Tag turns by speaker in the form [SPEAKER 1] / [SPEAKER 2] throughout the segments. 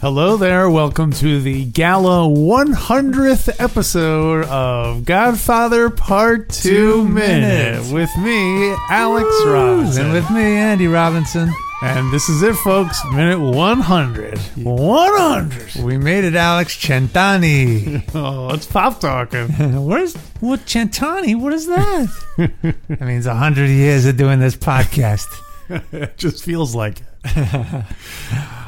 [SPEAKER 1] Hello there. Welcome to the gala 100th episode of Godfather Part 2,
[SPEAKER 2] Two
[SPEAKER 1] Minute
[SPEAKER 2] minutes.
[SPEAKER 1] with me, Alex Ross.
[SPEAKER 2] And with me, Andy Robinson.
[SPEAKER 1] And this is it, folks. Minute 100. 100.
[SPEAKER 2] We made it, Alex Chentani.
[SPEAKER 1] Oh, let's pop talking.
[SPEAKER 2] Where's what Chentani? What is that? that means a hundred years of doing this podcast.
[SPEAKER 1] it just feels like it.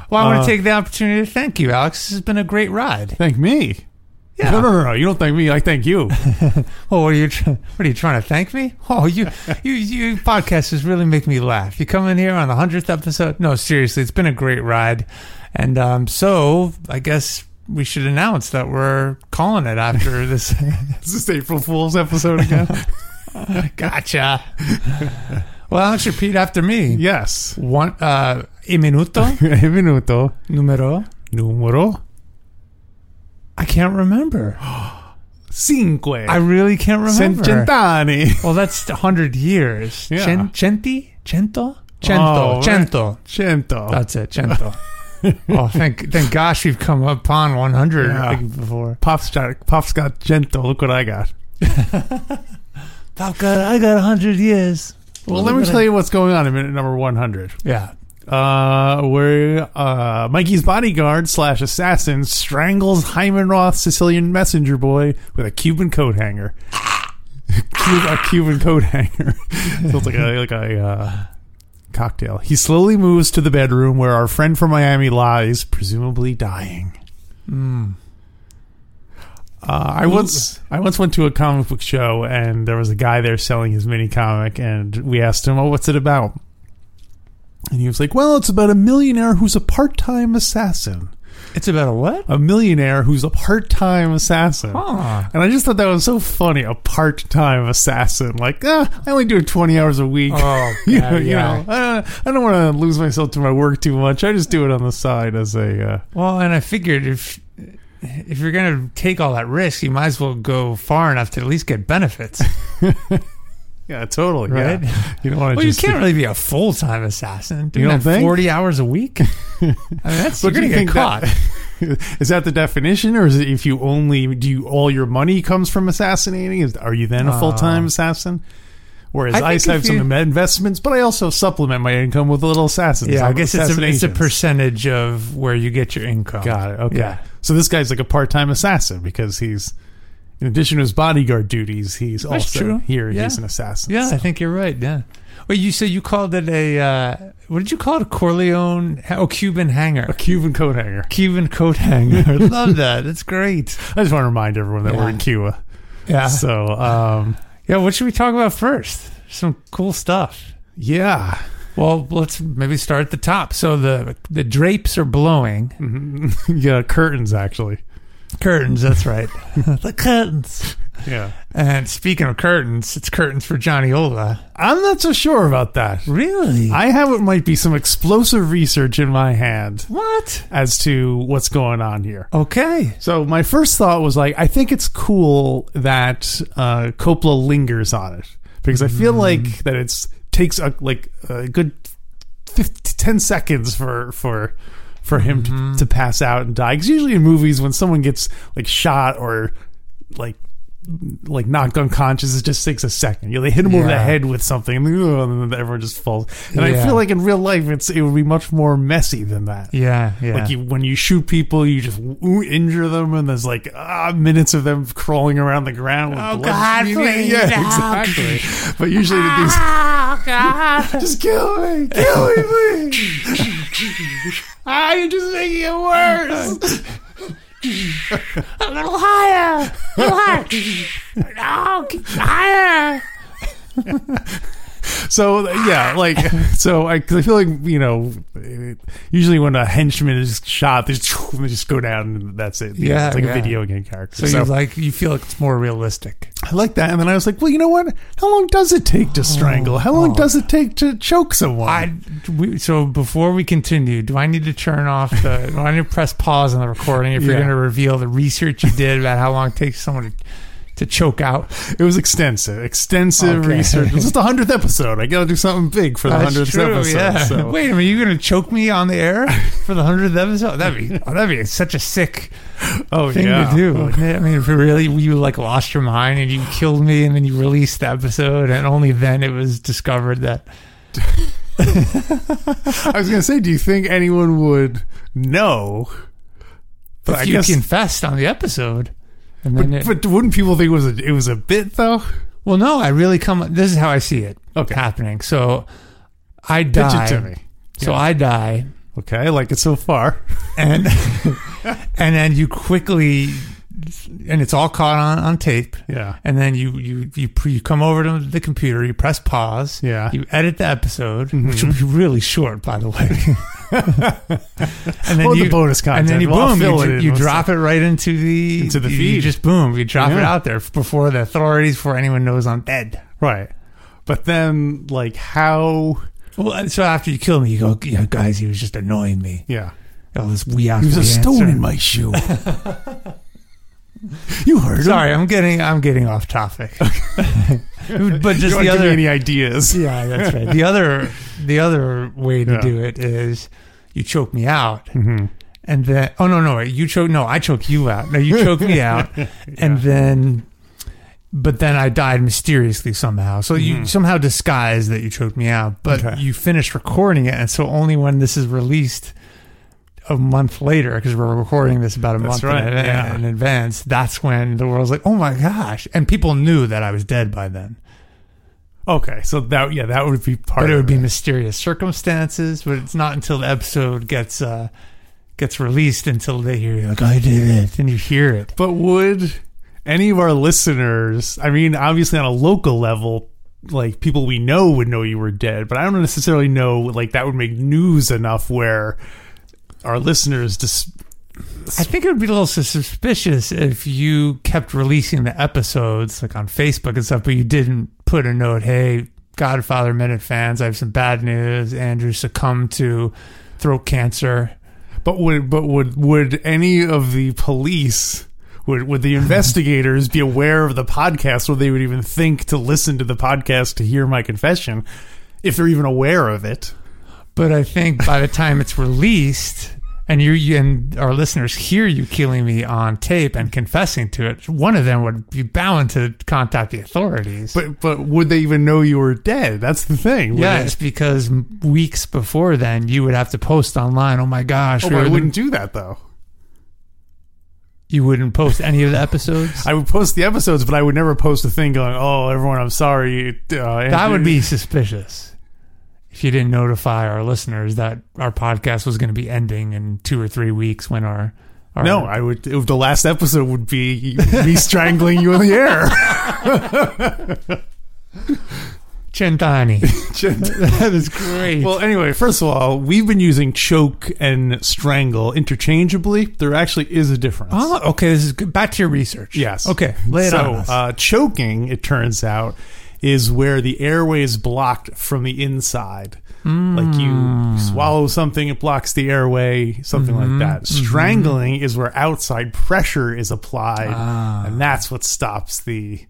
[SPEAKER 2] Well, I want
[SPEAKER 1] Uh,
[SPEAKER 2] to take the opportunity to thank you, Alex. This has been a great ride.
[SPEAKER 1] Thank me.
[SPEAKER 2] Yeah.
[SPEAKER 1] No, no, no, no. You don't thank me. I thank you.
[SPEAKER 2] Oh, what are you? Tr- what are you trying to thank me? Oh, you, you, you podcasters really make me laugh. You come in here on the hundredth episode. No, seriously, it's been a great ride, and um, so I guess we should announce that we're calling it after this.
[SPEAKER 1] is this April Fool's episode again?
[SPEAKER 2] gotcha. well, Alex, repeat after me.
[SPEAKER 1] yes.
[SPEAKER 2] One, uh, e minuto,
[SPEAKER 1] Minuto.
[SPEAKER 2] numero.
[SPEAKER 1] Numero
[SPEAKER 2] I can't remember.
[SPEAKER 1] cinque.
[SPEAKER 2] I really can't remember.
[SPEAKER 1] Cententani.
[SPEAKER 2] Well, that's 100 years.
[SPEAKER 1] Yeah.
[SPEAKER 2] Cen- centi? Cento?
[SPEAKER 1] Oh,
[SPEAKER 2] Cento.
[SPEAKER 1] right.
[SPEAKER 2] cento.
[SPEAKER 1] Cento.
[SPEAKER 2] That's it. Cento. oh, thank, thank gosh we've come upon 100
[SPEAKER 1] Yeah.
[SPEAKER 2] like, before.
[SPEAKER 1] Pop's got, Pop's got Gento. Look what I got.
[SPEAKER 2] I've got, I got 100 years.
[SPEAKER 1] Well, let me tell you what's going on in minute number 100.
[SPEAKER 2] Yeah.
[SPEAKER 1] Uh, where uh, Mikey's bodyguard slash assassin strangles Hyman Roth Sicilian messenger boy with a Cuban coat hanger. Cu- a Cuban coat hanger. Sounds like a, like a uh, cocktail. He slowly moves to the bedroom where our friend from Miami lies, presumably dying. Uh, I once I once went to a comic book show and there was a guy there selling his mini comic and we asked him, "Oh, what's it about?" And he was like, "Well, it's about a millionaire who's a part-time assassin.
[SPEAKER 2] It's about a what?
[SPEAKER 1] A millionaire who's a part-time assassin."
[SPEAKER 2] Oh.
[SPEAKER 1] And I just thought that was so funny, a part-time assassin. Like, ah, I only do it 20 hours a week.
[SPEAKER 2] Oh,
[SPEAKER 1] you know,
[SPEAKER 2] God,
[SPEAKER 1] you
[SPEAKER 2] yeah.
[SPEAKER 1] know, I, I don't want to lose myself to my work too much. I just do it on the side as a uh,
[SPEAKER 2] Well, and I figured if if you're gonna take all that risk, you might as well go far enough to at least get benefits,
[SPEAKER 1] yeah, totally,
[SPEAKER 2] right?
[SPEAKER 1] yeah. You don't want to
[SPEAKER 2] Well, you
[SPEAKER 1] just
[SPEAKER 2] can't really be a full time assassin. Doing
[SPEAKER 1] don't
[SPEAKER 2] that
[SPEAKER 1] think?
[SPEAKER 2] forty hours a week. I mean, that's
[SPEAKER 1] But
[SPEAKER 2] you're gonna
[SPEAKER 1] do you think
[SPEAKER 2] get caught.
[SPEAKER 1] that- is that the definition, or is it if you only do you, all your money comes from assassinating? Is, are you then a
[SPEAKER 2] Uh,
[SPEAKER 1] full time assassin? Whereas
[SPEAKER 2] I think
[SPEAKER 1] I,
[SPEAKER 2] if
[SPEAKER 1] have some
[SPEAKER 2] you-
[SPEAKER 1] investments, but I also supplement my income with little assassins.
[SPEAKER 2] yeah, I guess it's a, it's a
[SPEAKER 1] assassinations.
[SPEAKER 2] percentage of where you get your income.
[SPEAKER 1] Got it. Okay.
[SPEAKER 2] Yeah.
[SPEAKER 1] So this guy's like a part time assassin because he's, in addition to his bodyguard duties, he's also
[SPEAKER 2] true.
[SPEAKER 1] here.
[SPEAKER 2] Yeah.
[SPEAKER 1] He's an assassin.
[SPEAKER 2] Yeah, I
[SPEAKER 1] So-
[SPEAKER 2] think you're right. Yeah. Wait, you said you called it a uh, what did you call it? A Corleone? Oh, Cuban hanger.
[SPEAKER 1] A Cuban coat hanger.
[SPEAKER 2] Cuban coat hanger. Love that. That's great.
[SPEAKER 1] I just want to remind everyone that we're
[SPEAKER 2] Yeah. Uh-huh.
[SPEAKER 1] in Cuba.
[SPEAKER 2] Yeah.
[SPEAKER 1] So, um,
[SPEAKER 2] Yeah, what should we talk about first? Some cool stuff.
[SPEAKER 1] yeah.
[SPEAKER 2] Well, let's maybe start at the top. So the the drapes are blowing.
[SPEAKER 1] yeah, curtains, actually.
[SPEAKER 2] Curtains, that's right. the curtains.
[SPEAKER 1] Yeah.
[SPEAKER 2] And speaking of curtains, it's curtains for Johnny Ola.
[SPEAKER 1] I'm not so sure about that.
[SPEAKER 2] Really?
[SPEAKER 1] I have what might be some explosive research in my hand
[SPEAKER 2] what?
[SPEAKER 1] as to what's going on here.
[SPEAKER 2] Okay.
[SPEAKER 1] So my first thought was like, I think it's cool that uh, Coppola lingers on it because I
[SPEAKER 2] Mm.
[SPEAKER 1] feel like that it's takes a, like a good 50, 10 seconds for for for him
[SPEAKER 2] Mm-hmm.
[SPEAKER 1] to, to pass out and die. Because usually in movies, when someone gets like shot or like like knocked unconscious, it just takes a second. You know, they hit him over the
[SPEAKER 2] Yeah.
[SPEAKER 1] head with something, and, then everyone just falls. And I
[SPEAKER 2] Yeah.
[SPEAKER 1] feel like in real life, it's it would be much more messy than that.
[SPEAKER 2] Yeah, yeah.
[SPEAKER 1] Like you, when you shoot people, you just woo- injure them, and there's like ah, minutes of them crawling around the ground. With
[SPEAKER 2] Oh,
[SPEAKER 1] blood.
[SPEAKER 2] God,
[SPEAKER 1] You know?
[SPEAKER 2] please,
[SPEAKER 1] Yeah,
[SPEAKER 2] no.
[SPEAKER 1] exactly. But usually with these,
[SPEAKER 2] Ah, God.
[SPEAKER 1] just kill me, kill me, please. ah, you're just making it worse.
[SPEAKER 2] A little higher. A little higher. no, higher.
[SPEAKER 1] So yeah, like so I because I feel like you know usually when a henchman is shot, they just, they just go down and that's it.
[SPEAKER 2] Yeah,
[SPEAKER 1] it's like
[SPEAKER 2] yeah.
[SPEAKER 1] a video game character.
[SPEAKER 2] So, you like you feel like it's more realistic.
[SPEAKER 1] I like that, and then I was like, well, you know what? How long does it take to strangle? How long
[SPEAKER 2] oh.
[SPEAKER 1] does it take to choke someone?
[SPEAKER 2] I we, so before we continue, do I need to turn off the? do I need to press pause on the recording if you're
[SPEAKER 1] Yeah.
[SPEAKER 2] going to reveal the research you did about how long it takes someone to, to choke out?
[SPEAKER 1] it was extensive, extensive
[SPEAKER 2] Okay.
[SPEAKER 1] research. It's just the hundredth episode. I got to do something big for the hundredth episode. So.
[SPEAKER 2] Wait a minute, you're going to choke me on the air for the hundredth episode? That'd be oh, that'd be such a sick
[SPEAKER 1] oh
[SPEAKER 2] thing
[SPEAKER 1] yeah,
[SPEAKER 2] to do. wouldn't it? I mean, if really you like lost your mind and you killed me, and then you released the episode, and only then it was discovered that
[SPEAKER 1] I was gonna say, do you think anyone would know? But
[SPEAKER 2] if
[SPEAKER 1] I
[SPEAKER 2] you
[SPEAKER 1] guess,
[SPEAKER 2] confessed on the episode. And then
[SPEAKER 1] but,
[SPEAKER 2] it,
[SPEAKER 1] but wouldn't people think it was a it was a bit though?
[SPEAKER 2] well, no, I really come. This is how I see it
[SPEAKER 1] Okay.
[SPEAKER 2] happening. So I
[SPEAKER 1] Pitch
[SPEAKER 2] die.
[SPEAKER 1] it to me.
[SPEAKER 2] So
[SPEAKER 1] Yeah.
[SPEAKER 2] I die,
[SPEAKER 1] Okay, I like it so far.
[SPEAKER 2] and and then you quickly, and it's all caught on on tape.
[SPEAKER 1] Yeah,
[SPEAKER 2] and then you you you, pre- you come over to the computer, you press pause,
[SPEAKER 1] yeah.
[SPEAKER 2] you edit the episode, which will be really short, by the way. and then
[SPEAKER 1] well,
[SPEAKER 2] you
[SPEAKER 1] the bonus
[SPEAKER 2] and
[SPEAKER 1] content.
[SPEAKER 2] then you
[SPEAKER 1] Well, I'll
[SPEAKER 2] boom,
[SPEAKER 1] fill
[SPEAKER 2] you,
[SPEAKER 1] it
[SPEAKER 2] dr-
[SPEAKER 1] in
[SPEAKER 2] you
[SPEAKER 1] once-
[SPEAKER 2] drop it right into the
[SPEAKER 1] Into the
[SPEAKER 2] you- You
[SPEAKER 1] feed.
[SPEAKER 2] just boom, you drop it
[SPEAKER 1] Yeah.
[SPEAKER 2] out there before the authorities, before anyone knows I'm dead.
[SPEAKER 1] right. But then, like, how?
[SPEAKER 2] Well, and so after you kill me, you go, yeah, guys, he was just annoying me.
[SPEAKER 1] Yeah,
[SPEAKER 2] All this we out.
[SPEAKER 1] There's my shoe. you heard
[SPEAKER 2] Sorry, I'm getting I'm getting off topic. but
[SPEAKER 1] You don't
[SPEAKER 2] just the
[SPEAKER 1] give me
[SPEAKER 2] other
[SPEAKER 1] any ideas?
[SPEAKER 2] Yeah, that's right. The other the other way to
[SPEAKER 1] Yeah.
[SPEAKER 2] do it is you choke me out
[SPEAKER 1] Mm-hmm.
[SPEAKER 2] and then oh no no wait, you choke no I choke you out no you choke me out and then but then I died mysteriously somehow so you
[SPEAKER 1] Mhm.
[SPEAKER 2] somehow disguise that you choked me out but
[SPEAKER 1] Okay.
[SPEAKER 2] you finished recording it and so only when this is released a month later because we're recording this about a
[SPEAKER 1] That's
[SPEAKER 2] month
[SPEAKER 1] right,
[SPEAKER 2] in, adva-
[SPEAKER 1] yeah.
[SPEAKER 2] in advance that's when the world's like oh my gosh and people knew that I was dead by then
[SPEAKER 1] Okay, so that yeah, that would be part.
[SPEAKER 2] but it
[SPEAKER 1] of
[SPEAKER 2] would be mysterious circumstances. But it's not until the episode gets uh, gets released until they hear you like I did it, and you hear it.
[SPEAKER 1] But would any of our listeners, I mean, obviously on a local level, like people we know would know you were dead, but I don't necessarily know like that would make news enough where our listeners just
[SPEAKER 2] I think it would be a little sus- suspicious if you kept releasing the episodes like on Facebook and stuff, but you didn't put a note, "Hey, Godfather Minute fans, I have some bad news. Andrew succumbed to throat cancer."
[SPEAKER 1] but would but would would any of the police would would the investigators be aware of the podcast or they would even think to listen to the podcast to hear my confession if they're even aware of it?
[SPEAKER 2] But I think by the time it's released and you- you and our listeners hear you killing me on tape and confessing to it, one of them would be bound to contact the authorities.
[SPEAKER 1] But but would they even know you were dead? That's the thing. Would
[SPEAKER 2] yes, because m- weeks before then you would have to post online. Oh my gosh,
[SPEAKER 1] they-
[SPEAKER 2] we
[SPEAKER 1] Oh, I
[SPEAKER 2] were-
[SPEAKER 1] wouldn't do that though.
[SPEAKER 2] you wouldn't post any of the episodes.
[SPEAKER 1] I would post the episodes, but I would never post a thing going, "Oh, everyone, I'm sorry." Uh,
[SPEAKER 2] that would be suspicious. If you didn't notify our listeners that our podcast was going to be ending in two or three weeks, when our, our
[SPEAKER 1] no. I would. It, the last episode would be me strangling you in the air.
[SPEAKER 2] Chentani.
[SPEAKER 1] that is
[SPEAKER 2] Great.
[SPEAKER 1] Well, anyway, first of all, we've been using choke and strangle interchangeably. There actually is a difference.
[SPEAKER 2] Oh, okay. This is good. back to your research.
[SPEAKER 1] Yes.
[SPEAKER 2] Okay. Lay it
[SPEAKER 1] so,
[SPEAKER 2] on us.
[SPEAKER 1] Uh, choking, it turns out, is where the airway is blocked from the inside. Like
[SPEAKER 2] Hmm.
[SPEAKER 1] you swallow something, it blocks the airway, something
[SPEAKER 2] Mm-hmm.
[SPEAKER 1] like that. Strangling is where outside pressure is applied,
[SPEAKER 2] Ah.
[SPEAKER 1] and that's what stops the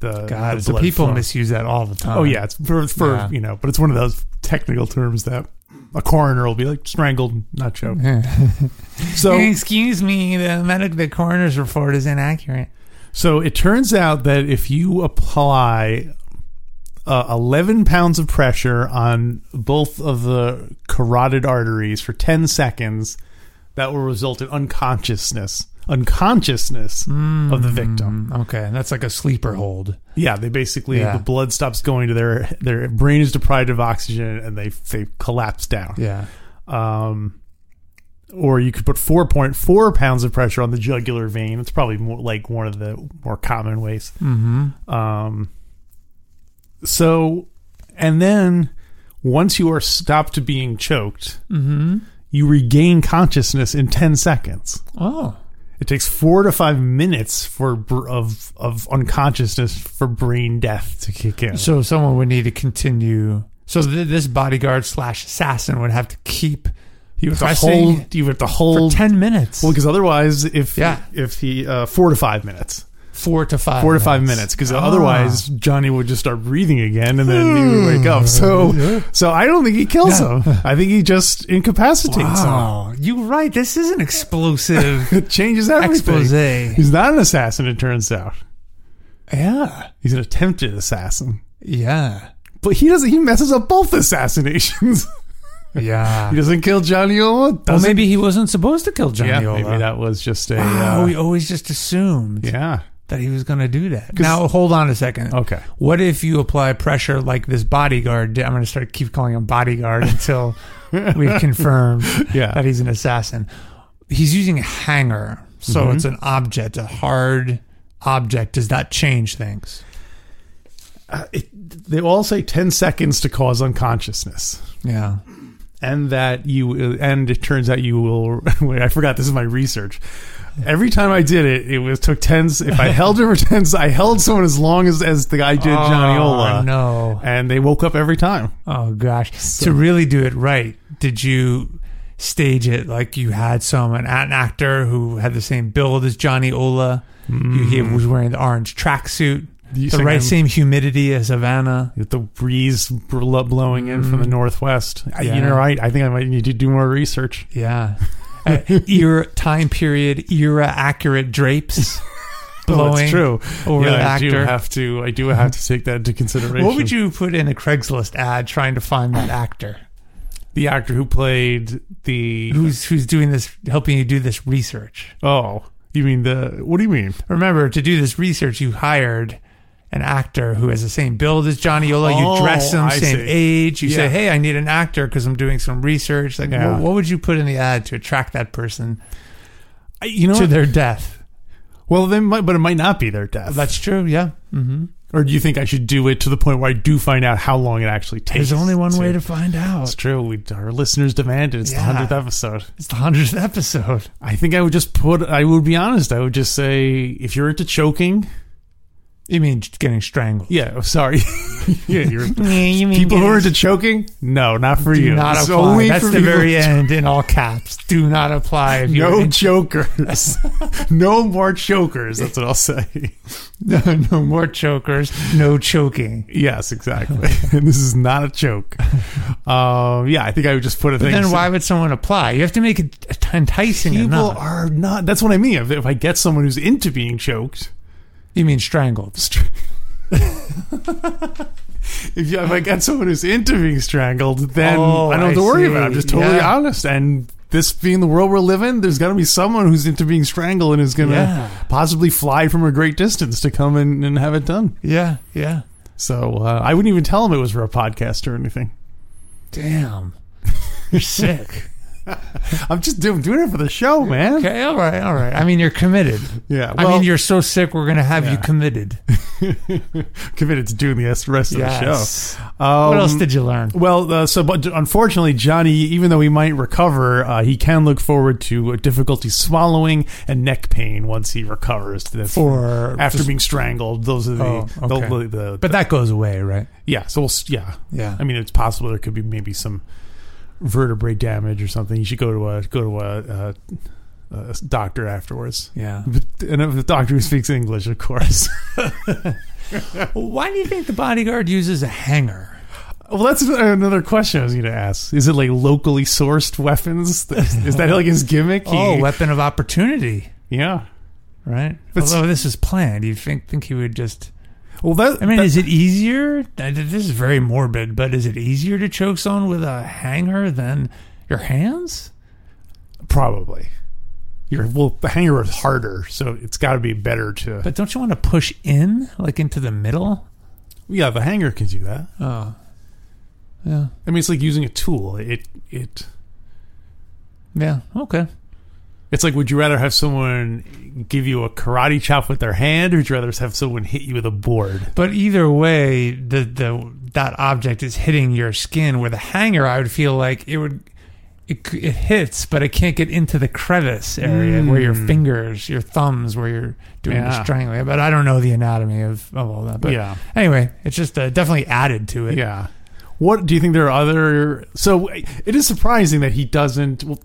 [SPEAKER 1] the,
[SPEAKER 2] God,
[SPEAKER 1] the
[SPEAKER 2] so
[SPEAKER 1] blood
[SPEAKER 2] people
[SPEAKER 1] flow.
[SPEAKER 2] misuse that all the time.
[SPEAKER 1] Oh yeah, it's for, for
[SPEAKER 2] Yeah.
[SPEAKER 1] you know, but it's one of those technical terms that a coroner will be like strangled, not choked. So
[SPEAKER 2] Excuse me. The medic, the coroner's report is inaccurate.
[SPEAKER 1] So it turns out that if you apply uh, 11 pounds of pressure on both of the carotid arteries for 10 seconds, that will result in unconsciousness. Unconsciousness of the victim.
[SPEAKER 2] Okay, that's like a sleeper hold.
[SPEAKER 1] Yeah, they basically
[SPEAKER 2] Hmm. Yeah.
[SPEAKER 1] the blood stops going to their their brain is deprived of oxygen and they they collapse down.
[SPEAKER 2] Yeah.
[SPEAKER 1] Um, or you could put 4.4 pounds of pressure on the jugular vein. It's probably more like one of the more common ways.
[SPEAKER 2] Mm-hmm.
[SPEAKER 1] Um, so, And then once you are stopped being choked,
[SPEAKER 2] Mm-hmm.
[SPEAKER 1] you regain consciousness in 10 seconds.
[SPEAKER 2] Oh.
[SPEAKER 1] It takes four to five minutes for br- of of unconsciousness for brain death to kick in.
[SPEAKER 2] So someone would need to continue. So th- this bodyguard slash assassin would have to keep
[SPEAKER 1] you have to
[SPEAKER 2] pressing
[SPEAKER 1] hold. You have to
[SPEAKER 2] for
[SPEAKER 1] hold.
[SPEAKER 2] ten minutes,
[SPEAKER 1] Well, because otherwise, if
[SPEAKER 2] Yeah.
[SPEAKER 1] if he uh, four to five minutes,
[SPEAKER 2] four to five,
[SPEAKER 1] four to five minutes, because
[SPEAKER 2] Ah.
[SPEAKER 1] otherwise Johnny would just start breathing again, and then he would wake up. So, so I don't think he kills
[SPEAKER 2] Hmm. Yeah.
[SPEAKER 1] him. I think he just
[SPEAKER 2] uh,
[SPEAKER 1] incapacitates
[SPEAKER 2] Wow, you're right. This is an explosive
[SPEAKER 1] him. It changes everything.
[SPEAKER 2] expose. Yeah,
[SPEAKER 1] He's not an assassin. It turns out he's an attempted assassin,
[SPEAKER 2] yeah,
[SPEAKER 1] but he doesn't. He messes up both assassinations.
[SPEAKER 2] yeah.
[SPEAKER 1] he doesn't kill Johnny Ola.
[SPEAKER 2] Well,
[SPEAKER 1] Doesn't
[SPEAKER 2] maybe he wasn't supposed to kill Johnny
[SPEAKER 1] yeah,
[SPEAKER 2] Ola.
[SPEAKER 1] maybe that was just a.
[SPEAKER 2] Wow,
[SPEAKER 1] uh,
[SPEAKER 2] we always just assumed
[SPEAKER 1] yeah.
[SPEAKER 2] that he was going to do that.
[SPEAKER 1] 'Cause- Oh.
[SPEAKER 2] Now, hold on a second.
[SPEAKER 1] Okay.
[SPEAKER 2] What if you apply pressure like this bodyguard? did? I'm going to start keep calling him bodyguard until we've confirmed
[SPEAKER 1] Yeah.
[SPEAKER 2] that he's an assassin. He's using a hanger, so
[SPEAKER 1] Mhm.
[SPEAKER 2] it's an object, a hard object. Does that change things?
[SPEAKER 1] Uh, it, they all say 10 seconds to cause unconsciousness
[SPEAKER 2] Yeah.
[SPEAKER 1] and that you and it turns out you will wait i forgot this is my research every time i did it it was took 10 if i held it for 10 i held someone as long as as the guy did johnny ola
[SPEAKER 2] Oh, no.
[SPEAKER 1] and they woke up every time
[SPEAKER 2] Oh gosh. to really do it right, did you stage it like you had someone an actor who had the same build as Johnny Ola? You, he was wearing the orange tracksuit,
[SPEAKER 1] Mm. You
[SPEAKER 2] the
[SPEAKER 1] think
[SPEAKER 2] right
[SPEAKER 1] I'm-
[SPEAKER 2] same humidity as Havana.
[SPEAKER 1] with the breeze bl- blowing in from the northwest I-
[SPEAKER 2] Mm. Yeah.
[SPEAKER 1] you're right i think i might need to do more research
[SPEAKER 2] Yeah. Uh, era time period era accurate drapes
[SPEAKER 1] Well,
[SPEAKER 2] blowing
[SPEAKER 1] it's true
[SPEAKER 2] over
[SPEAKER 1] yeah,
[SPEAKER 2] the
[SPEAKER 1] i do
[SPEAKER 2] actor.
[SPEAKER 1] have to i do have to take that into consideration
[SPEAKER 2] what would you put in a Craigslist ad trying to find that actor
[SPEAKER 1] the actor who played the
[SPEAKER 2] who's who's doing this helping you do this research?
[SPEAKER 1] Oh, you mean the? What do you mean?
[SPEAKER 2] remember to do this research you hired an actor who has the same build as johnny ola
[SPEAKER 1] Oh,
[SPEAKER 2] you dress him
[SPEAKER 1] I
[SPEAKER 2] same
[SPEAKER 1] see.
[SPEAKER 2] age you say
[SPEAKER 1] Yeah.
[SPEAKER 2] hey i need an actor because i'm doing some research like uh,
[SPEAKER 1] Yeah.
[SPEAKER 2] what, what would you put in the ad to attract that person
[SPEAKER 1] I, you know,
[SPEAKER 2] to
[SPEAKER 1] what?
[SPEAKER 2] their death
[SPEAKER 1] well, they might, but it might not be their death.
[SPEAKER 2] that's true yeah mm-hmm.
[SPEAKER 1] or do you think I should do it to the point where I do find out how long it actually takes?
[SPEAKER 2] there's only one way to
[SPEAKER 1] It's-
[SPEAKER 2] find out
[SPEAKER 1] It's true. We, our listeners demand it. It's
[SPEAKER 2] Yeah.
[SPEAKER 1] the hundredth episode.
[SPEAKER 2] it's the 100th episode
[SPEAKER 1] I think I would just put. I would be honest. I would just say if you're into choking,
[SPEAKER 2] you mean getting strangled
[SPEAKER 1] yeah. oh, Sorry. yeah, you're,
[SPEAKER 2] you mean
[SPEAKER 1] people who are into choking, no, not for you.
[SPEAKER 2] do not
[SPEAKER 1] It's
[SPEAKER 2] apply.
[SPEAKER 1] only
[SPEAKER 2] That's
[SPEAKER 1] for
[SPEAKER 2] the
[SPEAKER 1] people-
[SPEAKER 2] very end in all caps. Do not apply. If you're
[SPEAKER 1] No
[SPEAKER 2] in-
[SPEAKER 1] chokers. no more chokers. That's what I'll say.
[SPEAKER 2] no more chokers. No choking.
[SPEAKER 1] Yes, exactly. and this is not a joke. Um, yeah, I think I would just put a thing.
[SPEAKER 2] Then why would someone apply? You have to make it enticing
[SPEAKER 1] people
[SPEAKER 2] enough.
[SPEAKER 1] are not? That's what I mean. If, if I get someone who's into being choked,
[SPEAKER 2] you mean strangled?
[SPEAKER 1] str- if, you, if I get someone who's into being strangled, then
[SPEAKER 2] Oh,
[SPEAKER 1] I don't have
[SPEAKER 2] I
[SPEAKER 1] to worry
[SPEAKER 2] see.
[SPEAKER 1] about. it. I'm just totally
[SPEAKER 2] Yeah.
[SPEAKER 1] honest. And this being the world we're living, there's got to be someone who's into being strangled and is going to
[SPEAKER 2] Yeah.
[SPEAKER 1] possibly fly from a great distance to come and, and have it done.
[SPEAKER 2] Yeah, yeah.
[SPEAKER 1] So uh, I wouldn't even tell them it was for a podcast or anything.
[SPEAKER 2] Damn, you're sick.
[SPEAKER 1] I'm just doing, doing it for the show, man.
[SPEAKER 2] Okay, all right, all right. I mean, you're committed.
[SPEAKER 1] Yeah,
[SPEAKER 2] I mean, you're so sick. We're gonna have you
[SPEAKER 1] Yeah.
[SPEAKER 2] committed.
[SPEAKER 1] committed to doing the rest of
[SPEAKER 2] Yes.
[SPEAKER 1] the show. Um,
[SPEAKER 2] what else did you learn?
[SPEAKER 1] well, uh, so but unfortunately, Johnny, even though he might recover, uh, he can look forward to uh, difficulty swallowing and neck pain once he recovers. To this-
[SPEAKER 2] For
[SPEAKER 1] after being strangled, those are the,
[SPEAKER 2] Oh,
[SPEAKER 1] the-
[SPEAKER 2] okay.
[SPEAKER 1] the, the-
[SPEAKER 2] but that goes away, right?
[SPEAKER 1] yeah. So we'll, s- yeah,
[SPEAKER 2] Yeah.
[SPEAKER 1] I mean, it's possible there could be maybe some vertebrae damage or something. You should go to a go to a, uh a doctor afterwards,
[SPEAKER 2] yeah.
[SPEAKER 1] But- and a doctor who speaks English, of course.
[SPEAKER 2] Why do you think the bodyguard uses a hanger?
[SPEAKER 1] Well, that's another question I was going to ask. Is it like locally sourced weapons? Is that like his gimmick? He-
[SPEAKER 2] Oh, weapon of opportunity,
[SPEAKER 1] yeah.
[SPEAKER 2] right?
[SPEAKER 1] But s-
[SPEAKER 2] Although this is planned, you think think he would just
[SPEAKER 1] Well, that
[SPEAKER 2] I mean,
[SPEAKER 1] that-
[SPEAKER 2] is it easier? I- This is very morbid, but is it easier to choke someone with a hanger than your hands?
[SPEAKER 1] probably. Your well, the hanger is harder, so it's got to be better to.
[SPEAKER 2] But don't you want to push in, like into the middle?
[SPEAKER 1] yeah, the hanger can do that.
[SPEAKER 2] Oh, yeah,
[SPEAKER 1] I mean, it's like using a tool. It it
[SPEAKER 2] yeah, okay.
[SPEAKER 1] it's like would you rather have someone give you a karate chop with their hand, or would you rather have someone hit you with a board?
[SPEAKER 2] But either way, the the that object is hitting your skin. With a hanger, I would feel like it would it, c- it hits, but it can't get into the crevice area where your
[SPEAKER 1] Mm.
[SPEAKER 2] fingers, your thumbs, where you're doing
[SPEAKER 1] Yeah.
[SPEAKER 2] the strangling. But I don't know the anatomy of, of all that. But
[SPEAKER 1] yeah.
[SPEAKER 2] anyway, it's just uh, definitely added to it.
[SPEAKER 1] Yeah. What do you think there are other? So it is surprising that he doesn't. Well,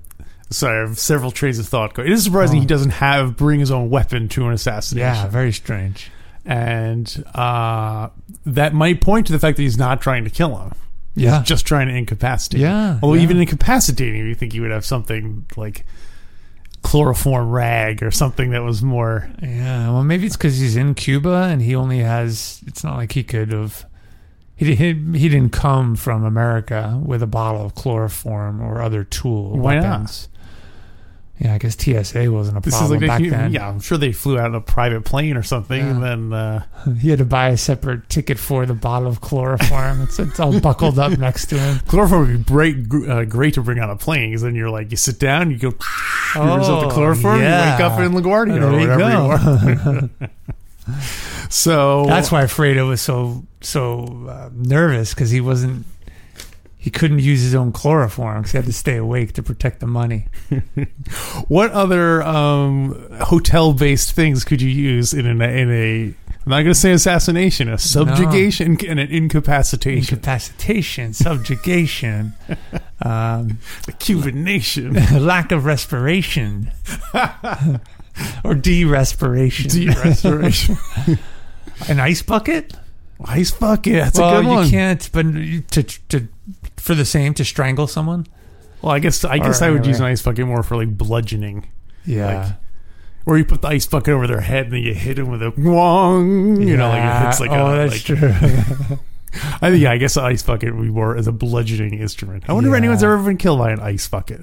[SPEAKER 1] sorry, I have several trains of thought. going. It is surprising
[SPEAKER 2] Oh.
[SPEAKER 1] he doesn't have bring his own weapon to an assassination,
[SPEAKER 2] Yeah, very strange.
[SPEAKER 1] and uh, that might point to the fact that he's not trying to kill him.
[SPEAKER 2] Yeah.
[SPEAKER 1] He's just trying to incapacitate. him.
[SPEAKER 2] yeah.
[SPEAKER 1] Although
[SPEAKER 2] yeah.
[SPEAKER 1] even incapacitating, you think he would have something like chloroform rag or something that was more.
[SPEAKER 2] Yeah, well, maybe it's because he's in Cuba and he only has. It's not like he could have. He, di- he, he didn't come from America with a bottle of chloroform or other tool
[SPEAKER 1] Why not?
[SPEAKER 2] weapons. Yeah, I guess TSA wasn't a
[SPEAKER 1] This
[SPEAKER 2] problem
[SPEAKER 1] is like
[SPEAKER 2] back
[SPEAKER 1] they,
[SPEAKER 2] then.
[SPEAKER 1] yeah, I'm sure they flew out in a private plane or something, and
[SPEAKER 2] Yeah.
[SPEAKER 1] then uh,
[SPEAKER 2] He had to buy a separate ticket for the bottle of chloroform. it's, it's all buckled up next to him.
[SPEAKER 1] Chloroform would be great, gr- uh, great to bring on a plane because then you're like, you sit down, you go, oh,
[SPEAKER 2] Oh,
[SPEAKER 1] yourself the chloroform, you wake up in LaGuardia
[SPEAKER 2] There
[SPEAKER 1] or
[SPEAKER 2] you
[SPEAKER 1] whatever you,
[SPEAKER 2] go.
[SPEAKER 1] are. So
[SPEAKER 2] That's why Fredo was so so uh, nervous because he wasn't he couldn't use his own chloroform because he had to stay awake to protect the money.
[SPEAKER 1] what other um, hotel based things could you use in, an, in a, I'm not going to say assassination, a subjugation and an incapacitation?
[SPEAKER 2] Incapacitation, subjugation, um,
[SPEAKER 1] the Cuban nation.
[SPEAKER 2] lack of respiration, or de-respiration.
[SPEAKER 1] De-restoration.
[SPEAKER 2] An ice bucket?
[SPEAKER 1] Ice bucket. That's
[SPEAKER 2] well,
[SPEAKER 1] a good
[SPEAKER 2] you
[SPEAKER 1] one.
[SPEAKER 2] can't, but you- to to for the same to strangle someone.
[SPEAKER 1] Well, I guess I
[SPEAKER 2] Or
[SPEAKER 1] guess I would use an
[SPEAKER 2] anyway.
[SPEAKER 1] ice bucket more for like bludgeoning. Or you put the ice bucket over their head and then you hit them with a wong. You know, like it hits like
[SPEAKER 2] oh,
[SPEAKER 1] a.
[SPEAKER 2] that's
[SPEAKER 1] like-
[SPEAKER 2] true.
[SPEAKER 1] I think yeah, I guess an ice bucket would be more as a bludgeoning instrument. I wonder if
[SPEAKER 2] Yeah.
[SPEAKER 1] anyone's ever been killed by an ice bucket.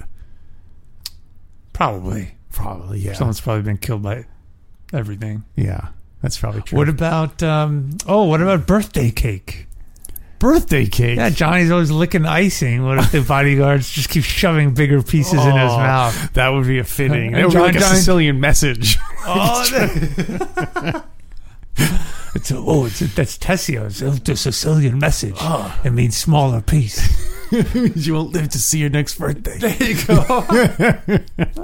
[SPEAKER 2] probably
[SPEAKER 1] Probably yeah.
[SPEAKER 2] someone's probably been killed by everything.
[SPEAKER 1] yeah, that's probably true.
[SPEAKER 2] What about um? Oh, what about birthday cake?
[SPEAKER 1] birthday cake?
[SPEAKER 2] Yeah, Johnny's always licking icing. What if the bodyguards just keep shoving bigger pieces in his
[SPEAKER 1] Oh.
[SPEAKER 2] mouth?
[SPEAKER 1] that would be a fitting.
[SPEAKER 2] And
[SPEAKER 1] That would be
[SPEAKER 2] John-
[SPEAKER 1] like a
[SPEAKER 2] John-
[SPEAKER 1] Sicilian message.
[SPEAKER 2] Oh, that- it's a, oh, it's a, that's Tessio's. Oh, the Sicilian message.
[SPEAKER 1] Oh.
[SPEAKER 2] It means smaller piece.
[SPEAKER 1] you won't live to see your next birthday.
[SPEAKER 2] There you go.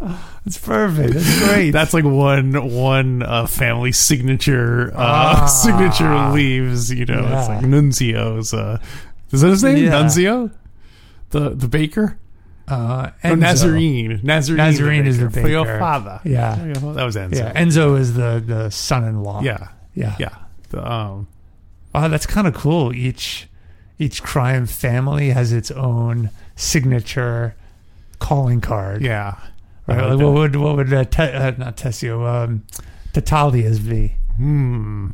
[SPEAKER 2] That's perfect. That's great.
[SPEAKER 1] That's like one one uh, family signature uh,
[SPEAKER 2] Ah.
[SPEAKER 1] signature leaves. You know, it's
[SPEAKER 2] Yeah.
[SPEAKER 1] like Nunzio's. Uh, is that his name?
[SPEAKER 2] Yeah.
[SPEAKER 1] Nunzio, the the baker.
[SPEAKER 2] uh,
[SPEAKER 1] Oh,
[SPEAKER 2] Enzo.
[SPEAKER 1] Nazarene. Nazarene.
[SPEAKER 2] Nazarene is the baker.
[SPEAKER 1] For your father. Oh,
[SPEAKER 2] Yeah.
[SPEAKER 1] That was Enzo.
[SPEAKER 2] Yeah. Enzo is the, the son-in-law.
[SPEAKER 1] yeah.
[SPEAKER 2] Yeah.
[SPEAKER 1] yeah. The, um,
[SPEAKER 2] Oh, that's kind of cool. Each each crime family has its own signature calling card.
[SPEAKER 1] yeah.
[SPEAKER 2] Right.
[SPEAKER 1] I like
[SPEAKER 2] Like, what
[SPEAKER 1] that.
[SPEAKER 2] would what would uh, te- uh, not Tessio um, Tatalia's be?
[SPEAKER 1] Hmm.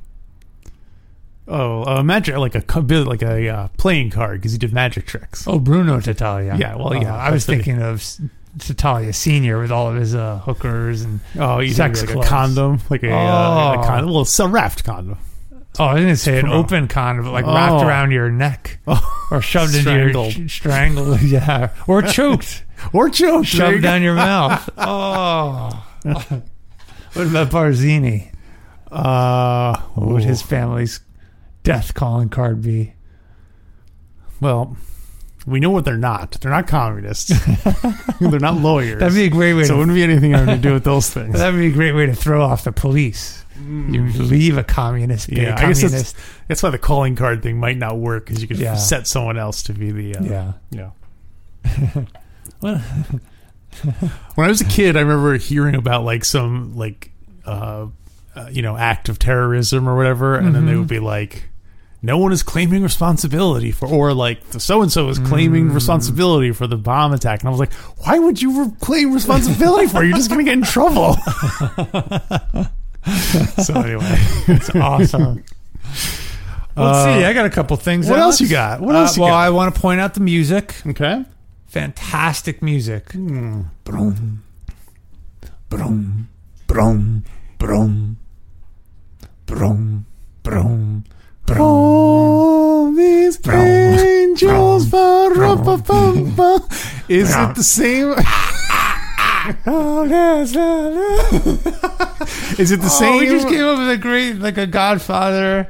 [SPEAKER 1] Oh, uh, magic like a co- bit like a uh, playing card because he did magic tricks.
[SPEAKER 2] Oh, Bruno Tatalia.
[SPEAKER 1] Yeah, well, yeah,
[SPEAKER 2] Uh, I was
[SPEAKER 1] that's the-
[SPEAKER 2] thinking of S- Tatalia Senior with all of his uh, hookers and
[SPEAKER 1] Oh, he did
[SPEAKER 2] Sex
[SPEAKER 1] like
[SPEAKER 2] clubs.
[SPEAKER 1] a condom, like a, uh,
[SPEAKER 2] Oh.
[SPEAKER 1] a condom. Well, some wrapped condom.
[SPEAKER 2] oh, I was gonna say an
[SPEAKER 1] Bruno.
[SPEAKER 2] open condom, but like
[SPEAKER 1] Oh.
[SPEAKER 2] wrapped around your neck
[SPEAKER 1] Oh,
[SPEAKER 2] or shoved into your
[SPEAKER 1] Strangled.
[SPEAKER 2] sh- strangled, yeah, or choked,
[SPEAKER 1] or Joe
[SPEAKER 2] shoved down your mouth. Oh, what about Barzini?
[SPEAKER 1] Uh,
[SPEAKER 2] What would
[SPEAKER 1] ooh.
[SPEAKER 2] his family's death calling card be?
[SPEAKER 1] well, we know what they're not. They're not communists. they're not lawyers.
[SPEAKER 2] That'd be a great way.
[SPEAKER 1] so it
[SPEAKER 2] to,
[SPEAKER 1] wouldn't be anything having to do with those things.
[SPEAKER 2] that'd be a great way to throw off the police. You leave a communist, be
[SPEAKER 1] Mm-hmm. Yeah,
[SPEAKER 2] a
[SPEAKER 1] I guess that's-
[SPEAKER 2] communist.
[SPEAKER 1] Mm. That's why the calling card thing might not work because you could
[SPEAKER 2] Yeah.
[SPEAKER 1] set someone else to be the. Uh,
[SPEAKER 2] yeah.
[SPEAKER 1] You know.
[SPEAKER 2] Well-
[SPEAKER 1] when I was a kid, I remember hearing about like some like, uh, uh, you know, act of terrorism or whatever, and then they
[SPEAKER 2] Mhm.
[SPEAKER 1] would be like. No one is claiming responsibility for, or like so and so is claiming responsibility for the bomb attack. And I was like, why would you re- claim responsibility for? it? You're just going to get in trouble. so anyway,
[SPEAKER 2] It's awesome. Let's
[SPEAKER 1] Uh,
[SPEAKER 2] see. I got a couple things.
[SPEAKER 1] what
[SPEAKER 2] Alex.
[SPEAKER 1] else you got? What
[SPEAKER 2] Uh,
[SPEAKER 1] else you
[SPEAKER 2] well,
[SPEAKER 1] got?
[SPEAKER 2] I want to point out the music.
[SPEAKER 1] okay.
[SPEAKER 2] Fantastic music.
[SPEAKER 1] Hmm.
[SPEAKER 2] Brum, brum, brum, brum, brum, brum, brum.
[SPEAKER 1] All these
[SPEAKER 2] Vroom,
[SPEAKER 1] angels, ba-rum-ba-bum-ba. is
[SPEAKER 2] Vroom.
[SPEAKER 1] it the same? is it the
[SPEAKER 2] Oh,
[SPEAKER 1] same? Oh,
[SPEAKER 2] Oh, we just came up with a great, like a Godfather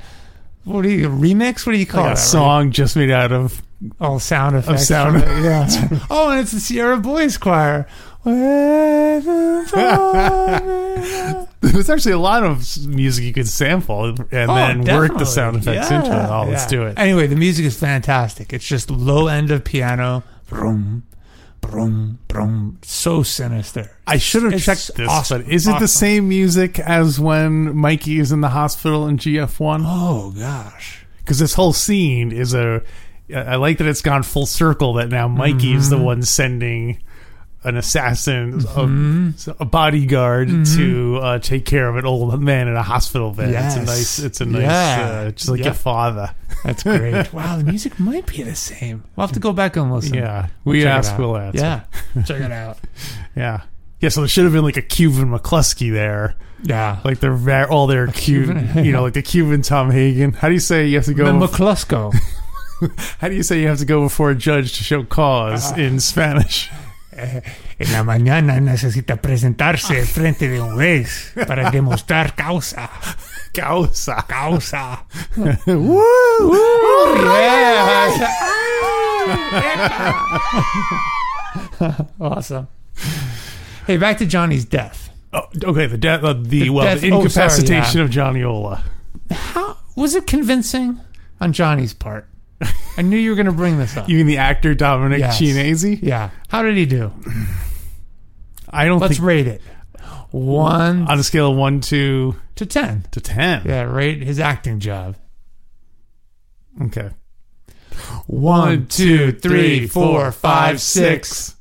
[SPEAKER 2] What do you remix? What do you call
[SPEAKER 1] Like a
[SPEAKER 2] that?
[SPEAKER 1] song just made out of
[SPEAKER 2] Oh, sound effects.
[SPEAKER 1] sound-
[SPEAKER 2] yeah. oh, and it's the Sierra Boys Choir. and
[SPEAKER 1] There's actually a lot of s- music you could sample and
[SPEAKER 2] Oh,
[SPEAKER 1] then work the sound effects into it. Oh, let's do it.
[SPEAKER 2] Anyway, the music is fantastic. It's just low end of piano. Brum, brum, brum. So sinister.
[SPEAKER 1] I should have
[SPEAKER 2] It's
[SPEAKER 1] checked this,
[SPEAKER 2] awesome,
[SPEAKER 1] but is it
[SPEAKER 2] awesome.
[SPEAKER 1] the same music as when Mikey is in the hospital in GF1?
[SPEAKER 2] Oh, gosh.
[SPEAKER 1] Because this whole scene is a. I like that it's gone full circle. That now Mikey is the one sending an assassin, a, a bodyguard, to uh, take care of an old man in a hospital bed. It's
[SPEAKER 2] Yes.
[SPEAKER 1] a nice. It's a nice.
[SPEAKER 2] Yeah.
[SPEAKER 1] Uh, just like
[SPEAKER 2] Yeah.
[SPEAKER 1] your father.
[SPEAKER 2] That's great. wow, the music might be the same. We'll have to go back and listen.
[SPEAKER 1] Yeah, we
[SPEAKER 2] Check it
[SPEAKER 1] ask,
[SPEAKER 2] out.
[SPEAKER 1] we'll answer.
[SPEAKER 2] Yeah. Check it out.
[SPEAKER 1] Yeah. Yeah, so there should have been like a Cuban McCluskey there.
[SPEAKER 2] Yeah.
[SPEAKER 1] Like they're ver- all their Cuban, you know, like the Cuban Tom Hagen. How do you say you have to go?
[SPEAKER 2] The McClusko.
[SPEAKER 1] how do you say you have to go before a judge to show cause in Spanish?
[SPEAKER 2] En la mañana necesita presentarse frente de un juez para demostrar causa.
[SPEAKER 1] Causa.
[SPEAKER 2] Causa.
[SPEAKER 1] Woo!
[SPEAKER 2] awesome. Hey, back to Johnny's death.
[SPEAKER 1] Oh, okay, the de- uh, the,
[SPEAKER 2] The
[SPEAKER 1] well,
[SPEAKER 2] death-
[SPEAKER 1] the
[SPEAKER 2] oh, sorry,
[SPEAKER 1] incapacitation of Johnny Ola.
[SPEAKER 2] How was it convincing on Johnny's part? I knew you were going to bring this up.
[SPEAKER 1] You mean the actor Dominic
[SPEAKER 2] Yes.
[SPEAKER 1] Chinese?
[SPEAKER 2] yeah. How did he do?
[SPEAKER 1] I don't
[SPEAKER 2] Let's
[SPEAKER 1] think
[SPEAKER 2] rate it. One
[SPEAKER 1] on a scale of one to
[SPEAKER 2] to ten.
[SPEAKER 1] to ten.
[SPEAKER 2] Yeah, rate his acting job.
[SPEAKER 1] Okay.
[SPEAKER 2] One, two, three, four, five, six.
[SPEAKER 1] six.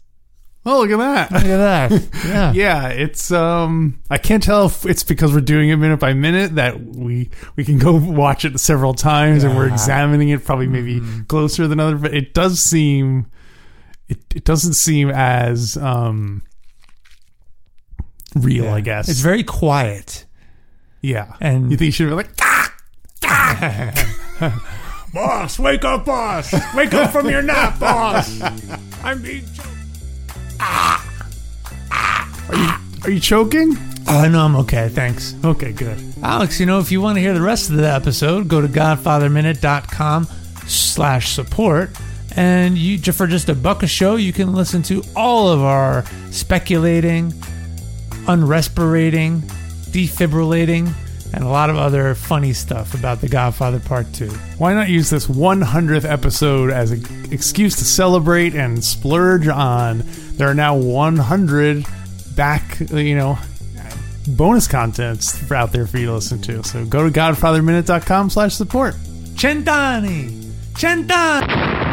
[SPEAKER 1] Oh, look at that.
[SPEAKER 2] Look at that. Yeah.
[SPEAKER 1] Yeah, it's um I can't tell if it's because we're doing it minute by minute that we we can go watch it several times and we're
[SPEAKER 2] Yeah. Mm-hmm.
[SPEAKER 1] examining it probably maybe closer than other but it does seem it, it doesn't seem as um real, I guess.
[SPEAKER 2] It's very quiet.
[SPEAKER 1] yeah.
[SPEAKER 2] and-
[SPEAKER 1] you think you should be like "Ah,
[SPEAKER 2] Boss, wake up, boss. Wake up from your nap, boss. I'm being
[SPEAKER 1] are you choking?
[SPEAKER 2] Oh, no, I'm okay. Thanks.
[SPEAKER 1] Okay, good.
[SPEAKER 2] Alex, you know, if you want to hear the rest of the episode, go to godfatherminute.com slash support. And you ju- for just a buck a show, you can listen to all of our speculating, unrespirating, defibrillating, and a lot of other funny stuff about The Godfather Part 2.
[SPEAKER 1] Why not use this 100th episode as an excuse to celebrate and splurge on? There are now 100 back, you know, bonus contents out there for you to listen to. So go to godfatherminute.com slash support.
[SPEAKER 2] Centani! Centani!